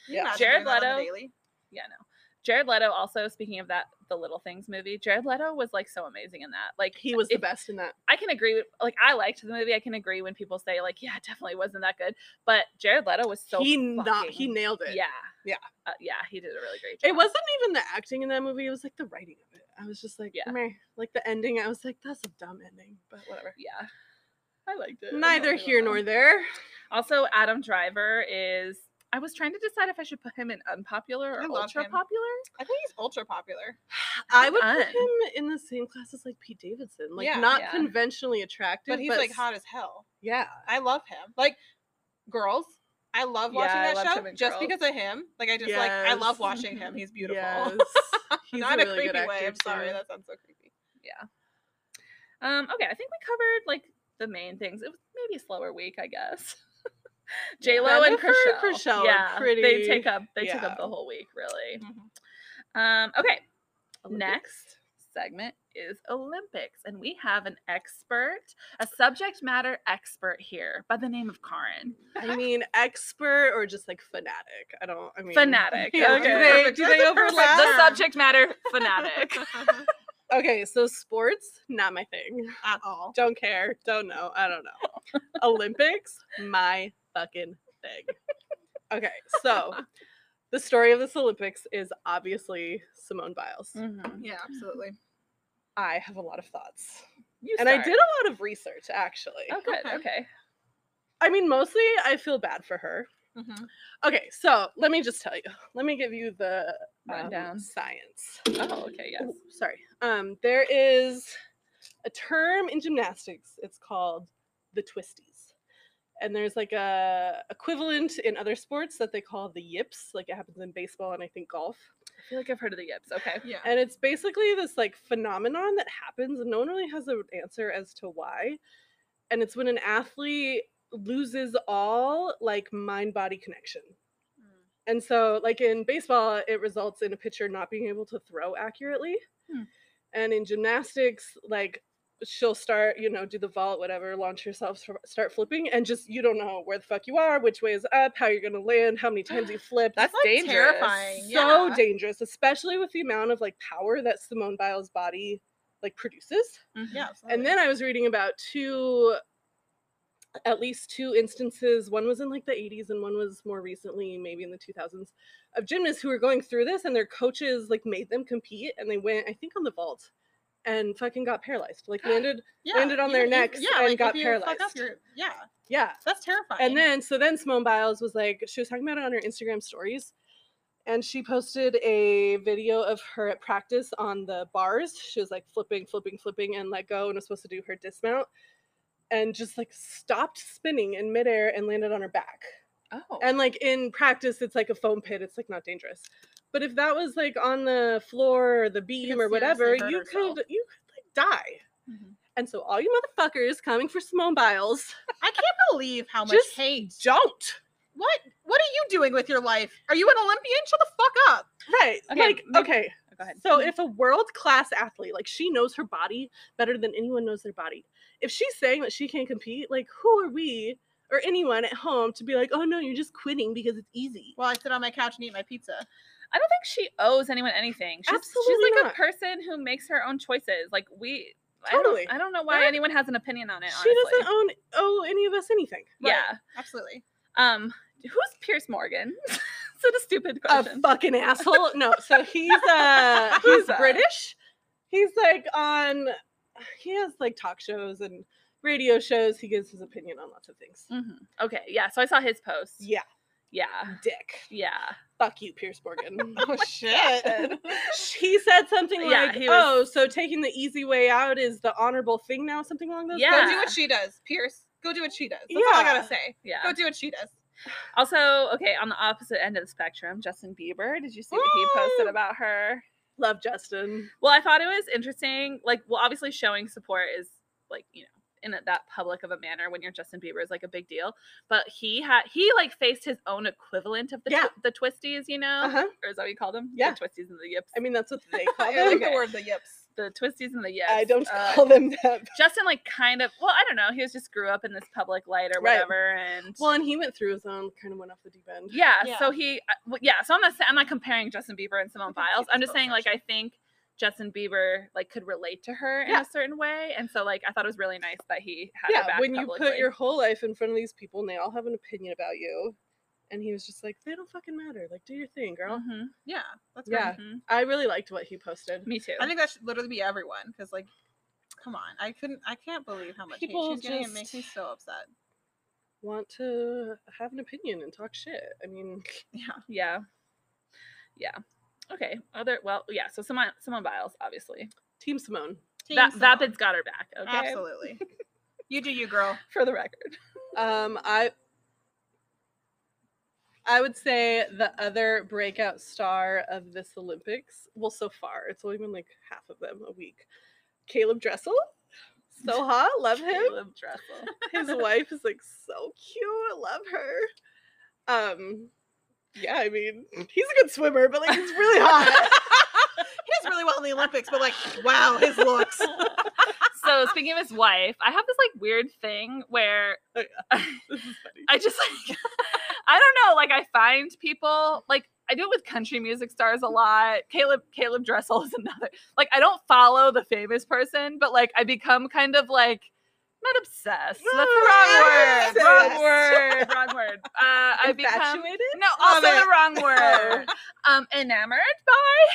S4: Can you
S2: Yeah.
S4: imagine
S3: Jared
S4: doing that on the
S3: Leto-
S4: daily?
S3: yeah, no. Jared Leto also speaking of that, the Little Things movie. Jared Leto was like so amazing in that. Like
S2: He was the
S3: if-
S2: best in that.
S3: I can agree with like I liked the movie. I can agree when people say like, yeah, it definitely wasn't that good. But Jared Leto was so
S2: he not he
S3: fucking-
S2: nailed it.
S3: Yeah.
S2: Yeah.
S3: Uh, yeah, he did a really great job.
S2: It wasn't even the acting in that movie, it was like the writing of it. I was just like,
S3: Yeah.
S2: yeah. Like the ending, I was like, that's a dumb ending, but whatever.
S3: Yeah. I liked it. I'm not
S2: Neither
S3: really
S2: here
S3: one.
S2: nor there.
S3: Also, Adam Driver is. I was trying to decide if I should put him in unpopular
S4: I
S3: or
S4: love
S3: ultra
S4: him.
S3: popular.
S4: I think he's ultra popular.
S2: I would
S3: un.
S2: put him in the same class as like Pete Davidson. Like
S4: Yeah.
S2: not
S3: Yeah.
S2: conventionally attractive,
S4: But he's like hot as hell.
S2: Yeah.
S4: I love him. Like girls, I love
S3: Yeah,
S4: watching
S3: I
S4: that
S3: loved
S4: show
S3: him in
S4: just
S3: Girls.
S4: because of him. Like I just like I love
S2: Yes.
S4: watching him. He's beautiful.
S2: Yes. He's
S4: Not
S2: a really
S4: creepy
S2: good actor.
S4: way. I'm sorry,
S2: too.
S4: that sounds so creepy.
S3: Um, okay, I think we covered like the main things. It was maybe a slower week, I guess. J Lo and
S2: Jennifer and Chrishell
S3: Chriselle.
S2: are
S3: Yeah, they
S2: pretty-
S3: take up they take
S2: yeah.
S3: up the whole week, really.
S2: Mm-hmm.
S4: Mhm.
S3: Um, okay,
S2: Olympics.
S3: next segment is Olympics, and we have an expert, a subject matter expert here by the name of Karin.
S2: I mean, expert or just like fanatic. I don't. I mean,
S3: Fanatic,
S2: Yeah, do
S3: okay.
S2: they-
S4: Perfect.
S2: do
S4: That's
S2: they
S4: a
S2: overlap?
S4: perfect
S3: The
S4: Sure.
S3: subject matter fanatic.
S2: Okay, so sports, not my thing.
S4: At all.
S2: Don't care. Don't know. I don't know. Olympics, my fucking thing. Okay, so the story of this Olympics is obviously Simone Biles.
S3: Mhm.
S4: Yeah, absolutely.
S2: I have a lot of thoughts.
S3: You
S2: And I
S3: start.
S2: did a lot of research, actually.
S3: Oh, good.
S4: Okay.
S3: Okay.
S2: I mean, mostly I feel bad for her.
S3: Mm-hmm.
S4: Mhm.
S2: Okay, so let me just tell you. Let me give you the um,
S3: Rundown.
S2: science.
S3: oh, okay. Yes.
S2: Oh, sorry. Um, there is a term in gymnastics. It's called the twisties, and there's like a equivalent in other sports that they call the yips. Like it happens in baseball and I think golf.
S3: I feel like I've heard of the yips. Okay.
S4: Yeah.
S2: And it's basically this like phenomenon that happens, and no one really has an answer as to why. And it's when an athlete loses all like mind body connection.
S4: Mm.
S2: And so, like in baseball, it results in a pitcher not being able to throw accurately.
S3: Hmm.
S2: And in gymnastics, like she'll start, you know, do the vault, whatever, launch herself, s- start flipping, and just you don't know where the fuck you are, which way is up, how you're gonna land, how many times you flip.
S3: That's
S4: like,
S3: dangerous.
S4: terrifying.
S2: so
S4: yeah.
S2: dangerous, especially with the amount of like power that Simone Biles' body like produces.
S3: Mhm.
S4: Yeah.
S2: And then I was reading about two, at least two instances. One was in like the 80s, and one was more recently, maybe in the 2000s, of gymnasts who were going through this, and their coaches like made them compete, and they went, I think, on the vault, and fucking got paralyzed. Like landed,
S4: yeah,
S2: landed on
S4: you-
S2: their
S4: you-
S2: necks
S4: yeah,
S2: and
S4: like,
S2: got
S4: if you fuck up,
S2: paralyzed.
S4: you're- yeah,
S2: yeah.
S4: that's terrifying.
S2: And then, so then Simone Biles was like, she was talking about it on her Instagram stories. And she posted a video of her at practice on the bars. She was like flipping, flipping, flipping, and let go, and was supposed to do her dismount. And just like stopped spinning in midair and landed on her back.
S3: Oh.
S2: And like in practice, it's like a foam pit. It's like not dangerous. But if that was like on the floor or the beam
S4: could
S2: or whatever,
S4: seriously hurt
S2: you
S4: herself. Mm-hmm.
S2: could you could like die.
S3: Mhm.
S2: And so all you motherfuckers coming for Simone Biles,
S4: I can't believe how much
S2: Just
S4: hate.
S2: don't.
S4: What? What are you doing with your life? Are you an Olympian? Shut the fuck up.
S2: Right.
S3: Okay,
S2: like,
S3: maybe-
S2: okay.
S3: Oh, go ahead.
S2: So if a world class athlete, like she knows her body better than anyone knows their body, if she's saying that she can't compete, like who are we or anyone at home to be like, oh no, you're just quitting because it's easy?
S4: While I sit on my couch and eat my pizza.
S3: I don't think she owes anyone anything. She's,
S2: Absolutely
S3: she's like
S2: not.
S3: a person who makes her own choices. Like we I
S2: Totally.
S3: don't, I don't know why
S2: Right.
S3: anyone has an opinion on it, honestly.
S2: she doesn't own owe any of us anything.
S3: Yeah.
S4: Absolutely.
S3: Um who's Pierce Morgan? Such a stupid
S2: A
S3: question.
S2: fucking asshole. No, so he's uh
S3: Who's
S2: he's
S3: that?
S2: British. He's like on he has like talk shows and radio shows. He gives his opinion on lots of things.
S3: Mhm. Okay, yeah. So I saw his post.
S2: Yeah,
S3: Yeah.
S2: dick.
S3: Yeah.
S2: Fuck you, Pierce Morgan.
S4: Oh shit.
S2: he said something
S3: Yeah,
S2: like,
S3: he was-
S2: "Oh, so taking the easy way out is the honorable thing now," something along those
S3: Yeah.
S4: Go
S2: lines.
S4: do what she does, Pierce. Go do what she does. That's all I
S2: Yeah.
S4: gotta say.
S3: Yeah.
S4: Go do what she does.
S3: Also, okay, on the opposite end of the spectrum, Justin Bieber. Did you see what he posted
S4: Woo!
S3: about her?
S2: Love Justin.
S3: Well, I thought it was interesting. Like, well, obviously, showing support is like you know in a- that public of a manner when you're Justin Bieber is like a big deal. But he had he like faced his own equivalent of the
S4: Yeah.
S3: tw- the twisties, you know,
S2: Uh-huh.
S3: or is that what you call them?
S2: Yeah.
S3: the twisties and the yips.
S2: I mean, that's what they call
S4: I like
S2: them.
S3: Okay.
S4: the word the yips.
S3: the twisties and the yips.
S2: I don't
S3: Uh,
S2: call them that.
S3: Justin like kind of well, I don't know. He was just grew up in this public light or
S2: Right.
S3: whatever, and
S2: Well, and he went through his own, kind of went off the deep end.
S3: yeah,
S4: Yeah.
S3: So he, uh, well, yeah. So I'm not. sa- I'm not comparing Justin Bieber and Simone Biles. I'm just saying, like, I think Justin Bieber like could relate to her in
S4: Yeah.
S3: a certain way, and so like I thought it was really nice that he had her
S2: yeah
S3: back
S2: when you put
S3: publicly.
S2: your whole life in front of these people and they all have an opinion about you and he was just like they don't fucking matter like do your thing girl
S3: Mhm,
S4: Yeah, that's
S2: Yeah.
S4: right.
S3: mhm.
S2: i really liked what he posted
S3: Me too.
S4: I think that should literally be everyone because like, come on, I couldn't, I can't believe how much hate
S2: People
S4: she's getting. It makes me
S2: just-
S4: so upset.
S2: want to have an opinion and talk shit i mean
S4: Yeah,
S3: yeah, yeah. Okay. Other well, yeah. So Simone, Simone Biles, obviously.
S2: team simone
S3: that
S4: Team
S3: that
S4: Simone.
S3: bit's got her back. Okay.
S4: absolutely. you do you, girl.
S3: For the record.
S2: um i i would say the other breakout star of this olympics well so far it's only been like half of them a week caleb dressel so hot love him
S3: Caleb Dressel.
S2: his wife is like so cute. Love her. Um, yeah, I mean, he's a good swimmer, but like it's really hot.
S4: He does really well in the Olympics, but like, wow, his looks.
S3: so speaking of his wife, I have this like weird thing where
S2: Oh, this is funny.
S3: I just like I don't know, like I find people like I do it with country music stars a lot. Caleb Caleb Dressel is another. Like I don't follow the famous person, but like I become kind of like not obsessed. That's the wrong word. Wrong word. Wrong word. Uh, I become
S2: Infatuated,
S3: no, also
S2: man.
S3: the wrong word. Um, enamored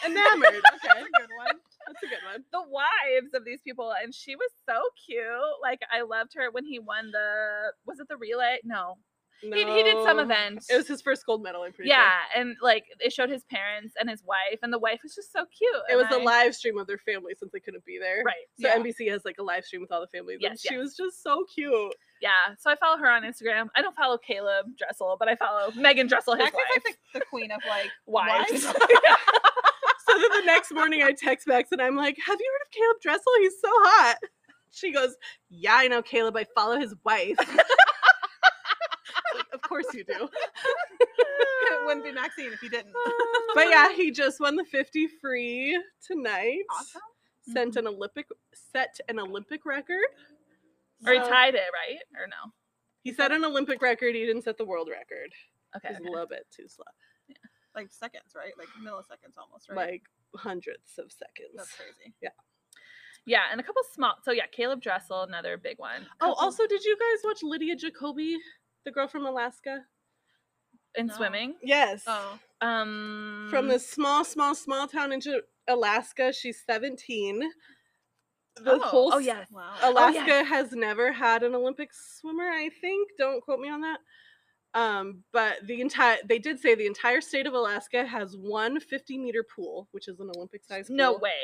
S3: by
S2: enamored. Okay,
S4: That's a good one.
S2: that's a good one.
S3: the wives of these people and she was so cute like i loved her when he won the was it the relay no, He, he did some
S2: No.
S3: event
S2: It was his first gold medal. I'm pretty
S3: yeah and like it showed his parents and his wife and the wife was just so cute
S2: sure. It was
S3: and
S2: a
S3: I-
S2: live stream of their family since they couldn't be there.
S3: right
S2: So
S3: yeah.
S2: NBC has like a live stream with all the families. and
S3: Yes,
S2: she
S3: yes.
S2: was just so cute.
S3: yeah so i follow her on instagram i don't follow caleb dressel but i follow megan dressel his wife
S4: Becca's like the, the queen of like
S3: Wives.
S4: wives.
S2: So then the next morning I text Max and I'm like, Have you heard of Caleb Dressel? He's so hot. She goes, Yeah, I know Caleb. I follow his wife. Like, of course you do.
S4: it wouldn't be Maxine if you didn't.
S2: But yeah, he just won the 50 free tonight.
S4: Awesome.
S2: Sent
S3: Mm-hmm.
S2: an Olympic set an Olympic record.
S3: or he
S2: So-
S3: tied it right or no
S2: He set an Olympic record. He didn't set the world record.
S3: okay,
S2: He's
S3: okay.
S2: a little bit too slow,
S4: Like seconds, right? Like milliseconds almost, right?
S2: like hundredths of seconds.
S4: That's crazy.
S3: yeah and a couple small so yeah caleb dressel another big one
S2: Oh,
S3: Couple-
S2: also, did you guys watch Lydia Jacoby, the girl from Alaska?
S3: in
S4: No.
S3: swimming
S2: Yes.
S4: Oh,
S3: um
S2: from this small, small, small town in Ja- Alaska. She's 17. The
S3: oh,
S2: whole
S3: oh
S2: s-
S3: yes
S4: wow.
S2: Alaska
S3: yes.
S2: has never had an Olympic swimmer, I think. Don't quote me on that. Um, but the entire they did say the entire state of Alaska has one 50 meter pool, which is an Olympic sized pool.
S3: No way.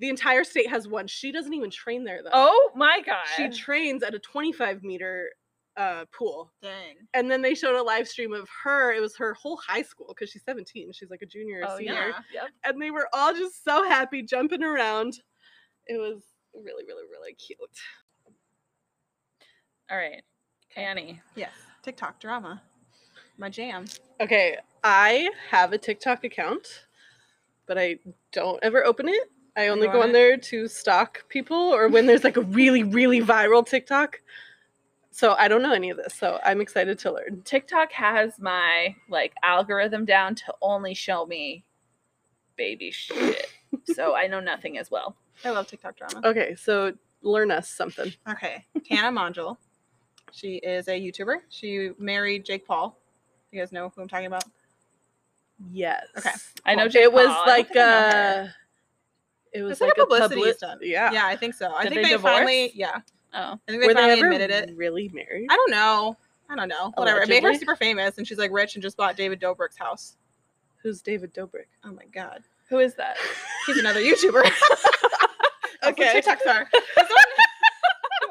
S2: The entire state has one. She doesn't even train there though.
S3: Oh my god.
S2: She trains at a 25 meter uh pool.
S4: Dang.
S2: And then they showed a live stream of her. It was her whole high school because she's 17. She's like a junior or
S3: oh,
S2: senior
S3: yeah.
S4: year.
S3: Yep.
S2: and they were all just so happy jumping around. It was really, really, really cute.
S3: All right. Annie.
S4: Yes. TikTok drama. My jam.
S2: Okay, I have a TikTok account, but I don't ever open it. I only
S4: You
S2: go
S4: on
S2: on
S4: it?
S2: there to stalk people or when there's like a really, really viral TikTok. So I don't know any of this. So I'm excited to learn.
S3: TikTok has my like algorithm down to only show me baby shit. so I know nothing as well.
S4: I love TikTok drama.
S2: Okay, so learn us something.
S4: Okay. Hannah Mongel. She is a YouTuber. She married Jake Paul. You guys know who I'm talking about?
S2: Yes.
S3: I know Jake
S2: It was
S3: Paul. I don't
S2: like
S3: think I know her.
S2: uh it was
S4: It's like
S2: like,
S4: a
S2: a
S4: publicity
S2: publicity
S4: stunt.
S2: Yeah.
S4: Yeah, I think so. I
S3: Did
S4: think
S3: they
S4: Uh, they, finally
S3: divorce?
S4: yeah.
S3: Oh.
S4: I think they finally admitted it.
S2: really married?
S4: I don't know. I don't know. Whatever. It made her
S2: Allegedly.
S4: super famous and she's like rich and just bought David Dobrik's house.
S2: Who's David Dobrik?
S4: Oh my god.
S3: Who is that?
S4: He's another YouTuber. That's what
S2: Okay.
S4: TikToks are.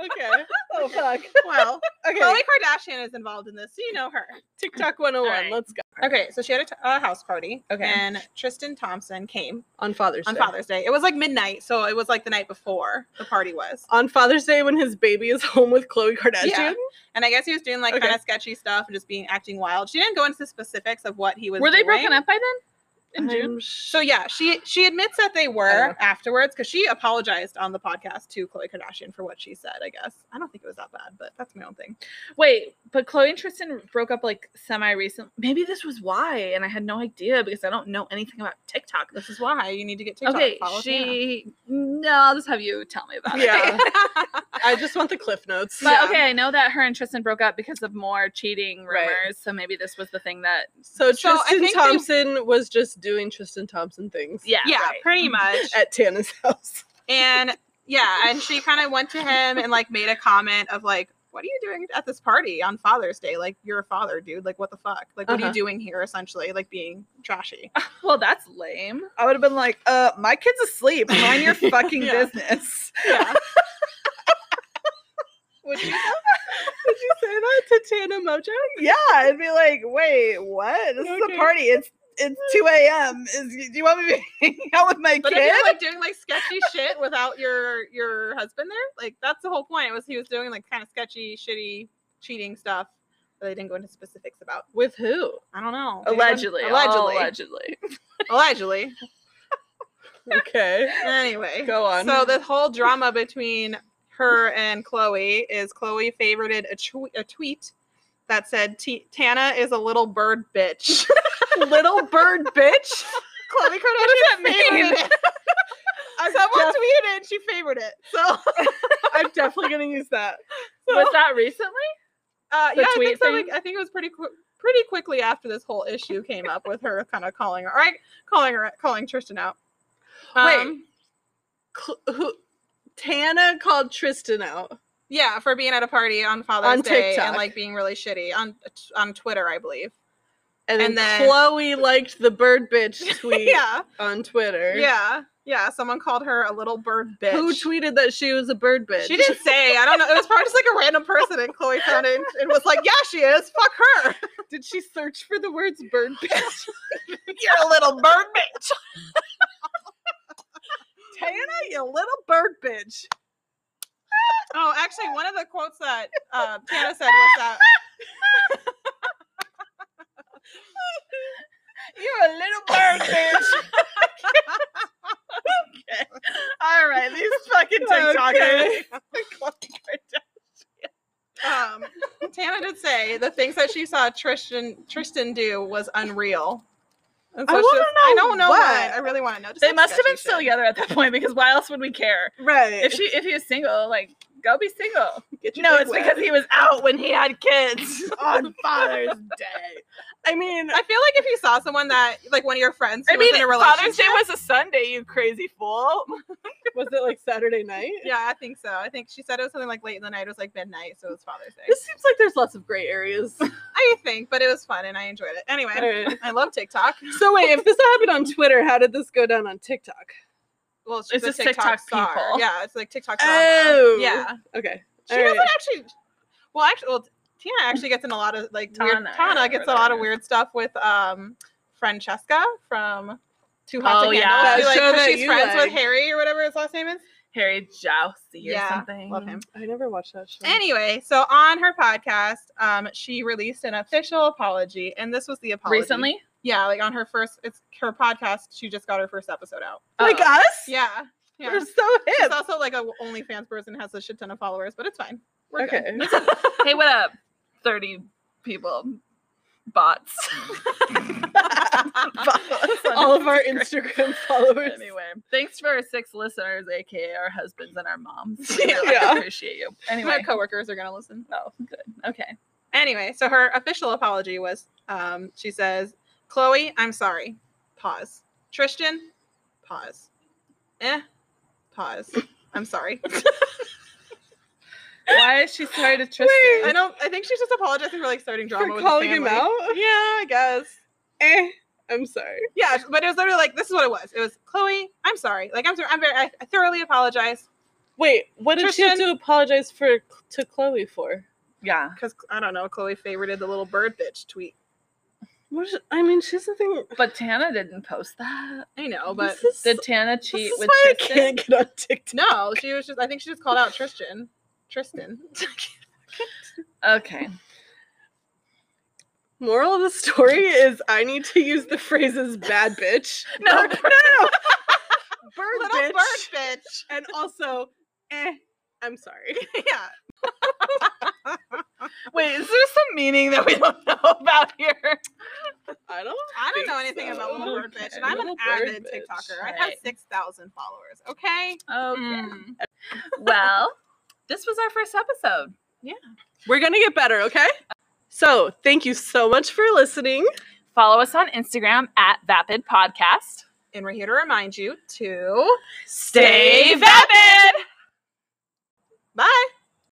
S2: okay. Oh fuck.
S4: Well,
S2: Okay.
S4: Khloe Kardashian is involved in this, so you know her.
S2: TikTok 101.
S3: Alright.
S2: Let's go.
S4: Okay, so she had a, t- a house party,
S3: Okay.
S4: and Tristan Thompson came
S2: On Father's
S4: on
S2: Day.
S4: Father's Day. It was like midnight, so it was like the night before the party was.
S2: On Father's Day when his baby is home with Khloe Kardashian.
S4: Yeah. And I guess he was doing like
S2: Okay.
S4: kind of sketchy stuff and just being acting wild. She didn't go into the specifics of what he was.
S3: Were they
S4: doing.
S3: broken up by then? In June?
S2: I'm
S4: So
S2: sh-
S4: yeah, she she admits that they
S2: know.
S3: Uh-huh.
S4: were afterwards because she apologized on the podcast to Khloe Kardashian for what she said. I guess I don't think it was that bad, but that's my own thing.
S3: Wait, but Chloe and Tristan broke up like semi recent. Maybe this was why, and I had no idea because I don't know anything about TikTok.
S4: This is why you need to get TikTok.
S3: Okay,
S4: Follow Hannah.
S3: she. No, I'll just have you tell me about it.
S2: Yeah. I just want the cliff notes.
S3: But
S4: Yeah.
S3: okay, I know that her and Tristan broke up because of more cheating
S2: Right.
S3: rumors. So maybe this was the thing that.
S2: So
S4: So I
S2: Tristan
S4: think they-
S2: Thompson was just doing Tristan Thompson things.
S3: Yeah.
S4: yeah,
S3: right. Mm-hmm.
S4: pretty much.
S2: At Tana's house.
S4: and yeah, and she kind of went to him and like made a comment of like, "What are you doing at this party on Father's Day? Like, you're a father, dude. Like, what the fuck? Like, what are
S2: Uh-huh.
S4: you doing here? Essentially, like being trashy."
S3: Well, that's lame.
S5: I would have been like, uh, my kid's asleep. Mind your fucking
S4: Yeah.
S5: business.
S4: Yeah.
S2: Would you, would you say that to Tana Mojo?
S5: Yeah. I'd be like, wait, what? This is
S2: Okay.
S5: a party. It's it's 2 a.m. Is do you want me to hang out with my
S4: But if
S5: kid?
S4: you're like doing like sketchy shit without your your husband there, like that's the whole point. Was he was doing like kind of sketchy, shitty, cheating stuff that they didn't go into specifics about.
S2: With who?
S4: I don't know. They didn't-
S3: Allegedly. Allegedly.
S4: allegedly,
S3: Allegedly.
S4: allegedly.
S2: Okay.
S4: Anyway,
S2: Go on.
S4: So the whole drama between her and Chloe is Chloe favorited a, tw- a tweet that said T- Tana is a little bird bitch.
S2: little bird bitch.
S4: Chloe Kardashian
S2: mean?
S4: favorited it. Someone tweeted it, she favored it. So
S2: I'm definitely gonna use that.
S3: Was that recently?
S4: Uh,
S3: the
S4: yeah, I
S3: tweet
S4: think so.
S3: thing?
S4: Like, I think it was pretty qui- pretty quickly after this whole issue came up with her kind of calling her, right? Calling her, calling Tristan out.
S2: Wait.
S4: Um,
S2: Cl- who? Tana called Tristan out.
S4: yeah, for being at a party on Father's
S2: On
S4: Day
S2: TikTok.
S4: and like being really shitty on on Twitter, I believe.
S2: And then,
S4: And then-
S2: Chloe liked the bird bitch tweet
S4: Yeah,
S2: on Twitter.
S4: yeah, yeah. Someone called her a little bird bitch.
S2: Who tweeted that she was a bird bitch?
S4: She didn't say. I don't know. It was probably just like a random person, and Chloe found it and was like, "Yeah, she is. Fuck her.
S2: Did she search for the words bird bitch?
S4: You're a little bird bitch."
S2: Tana, you little bird bitch.
S4: Oh, actually, one of the quotes that uh, Tana said was that
S5: You're a little bird bitch. okay. All right, these fucking
S2: Okay.
S5: TikTokers.
S4: um, Tana did say the things that she saw Tristan Tristan do was unreal. And
S5: I
S4: she
S5: wanna
S4: was- I
S5: know
S4: don't know
S5: what.
S4: what. I really want to know. Just
S3: They
S4: like
S3: must have been
S4: sketchy
S3: still
S4: shit.
S3: together at that point because why else would we care?
S5: Right.
S3: If she if he was single, like go be single.
S2: Get your
S3: No,
S2: dick
S3: it's
S2: wet.
S3: because he was out when he had kids.
S5: on Father's Day.
S2: I mean,
S4: I feel like if you saw someone that, like one of your friends, who
S3: I mean,
S4: was in a
S3: Father's Day was
S4: relationship-
S3: a Sunday, you crazy fool.
S2: was it like Saturday night?
S4: Yeah, I think so. I think she said it was something like late in the night. It was like midnight, so it was Father's Day.
S2: This seems like there's lots of gray areas.
S4: I think, but it was fun and I enjoyed it. Anyway,
S2: Alright.
S4: I love TikTok.
S2: So wait, if this happened on Twitter, how did this go down on TikTok?
S4: Well,
S3: It's
S4: she's a
S3: just
S4: TikTok,
S3: TikTok
S4: star.
S3: people.
S4: Yeah, it's like TikTok.
S2: Oh.
S4: drama. yeah.
S2: Okay.
S4: She
S2: All
S4: doesn't
S2: right.
S4: actually. Well, actually, well, Tina actually gets in a lot of like weird.
S3: Tana,
S4: Tana
S3: or
S4: gets a lot of
S3: whatever.
S4: weird stuff with um Francesca from Too Hot
S3: Oh,
S4: to
S3: yeah.
S4: Handle.
S3: That
S4: She, like,
S2: show
S4: 'cause
S2: that
S4: she's
S2: you
S4: friends
S2: like.
S4: with Harry or whatever his last name is.
S3: Harry Jousey or
S4: Yeah,
S3: something.
S4: Love him.
S2: I never watched that
S3: Mm.
S2: show.
S4: Anyway, so on her podcast, um, she released an official apology, and this was the apology
S3: Recently?
S4: Yeah, like on her first, it's her podcast. She just got her first episode out.
S2: like
S3: Oh.
S2: us?
S4: Yeah, yeah.
S2: We're so
S4: She's
S2: hip.
S4: also like a OnlyFans person, has a shit ton of followers, but it's fine. We're good.
S2: okay.
S3: hey, what up? 30 people. Bots.
S2: All of our Instagram followers.
S3: anyway, thanks for our six listeners, aka our husbands and our moms.
S2: Yeah.
S3: yeah. I appreciate you. Anyway.
S4: My coworkers are gonna listen.
S3: Oh, good. Okay.
S4: Anyway, so her official apology was um, she says, Chloe, I'm sorry. Pause. Tristan, pause. Eh, pause. I'm sorry.
S3: Why is she sorry to Tristan?
S4: I don't I think she's just apologizing for like starting drama
S2: For
S4: with
S2: calling
S4: his
S2: him
S4: family.
S2: out?
S4: Yeah, I guess.
S2: Eh, I'm sorry.
S4: Yeah, but it was literally like this is what it was. It was Chloe, I'm sorry. Like I'm sorry. I'm very I, I thoroughly apologize
S2: Wait, what did she have to apologize for to Chloe for?
S3: Yeah.
S4: Because I don't know, Chloe favorited the little bird bitch tweet.
S2: What is, I mean, she's the thing.
S3: But Tana didn't post that.
S4: I know, but
S2: this is,
S3: Did Tana
S2: this
S3: cheat
S2: is
S3: with
S2: why I
S3: Tristan?
S2: can't get on TikTok.
S4: no, she was just. I think she just called out Tristan. Tristan.
S3: Okay.
S2: Moral of the story is I need to use the phrases "bad bitch,"
S4: no,
S2: no, no, bird
S4: little
S2: bitch,
S4: bird bitch.
S2: and also, eh, I'm sorry.
S4: yeah.
S3: Wait, is there some meaning that we don't know about here?
S2: I don't.
S4: I don't
S2: think
S4: know anything
S2: so.
S4: about Little Bird Bitch, and I'm
S2: Little
S4: an
S2: Bird
S4: avid
S2: Bitch.
S4: TikToker. I have
S3: Right.
S4: 6,000 followers, okay?
S3: Okay. Hmm. well, this was our first episode.
S2: We're gonna get better, okay? So, thank you so much for listening.
S3: Follow us on Instagram at Vapid Podcast.
S4: And we're here to remind you to
S3: Stay vapid!
S4: bye.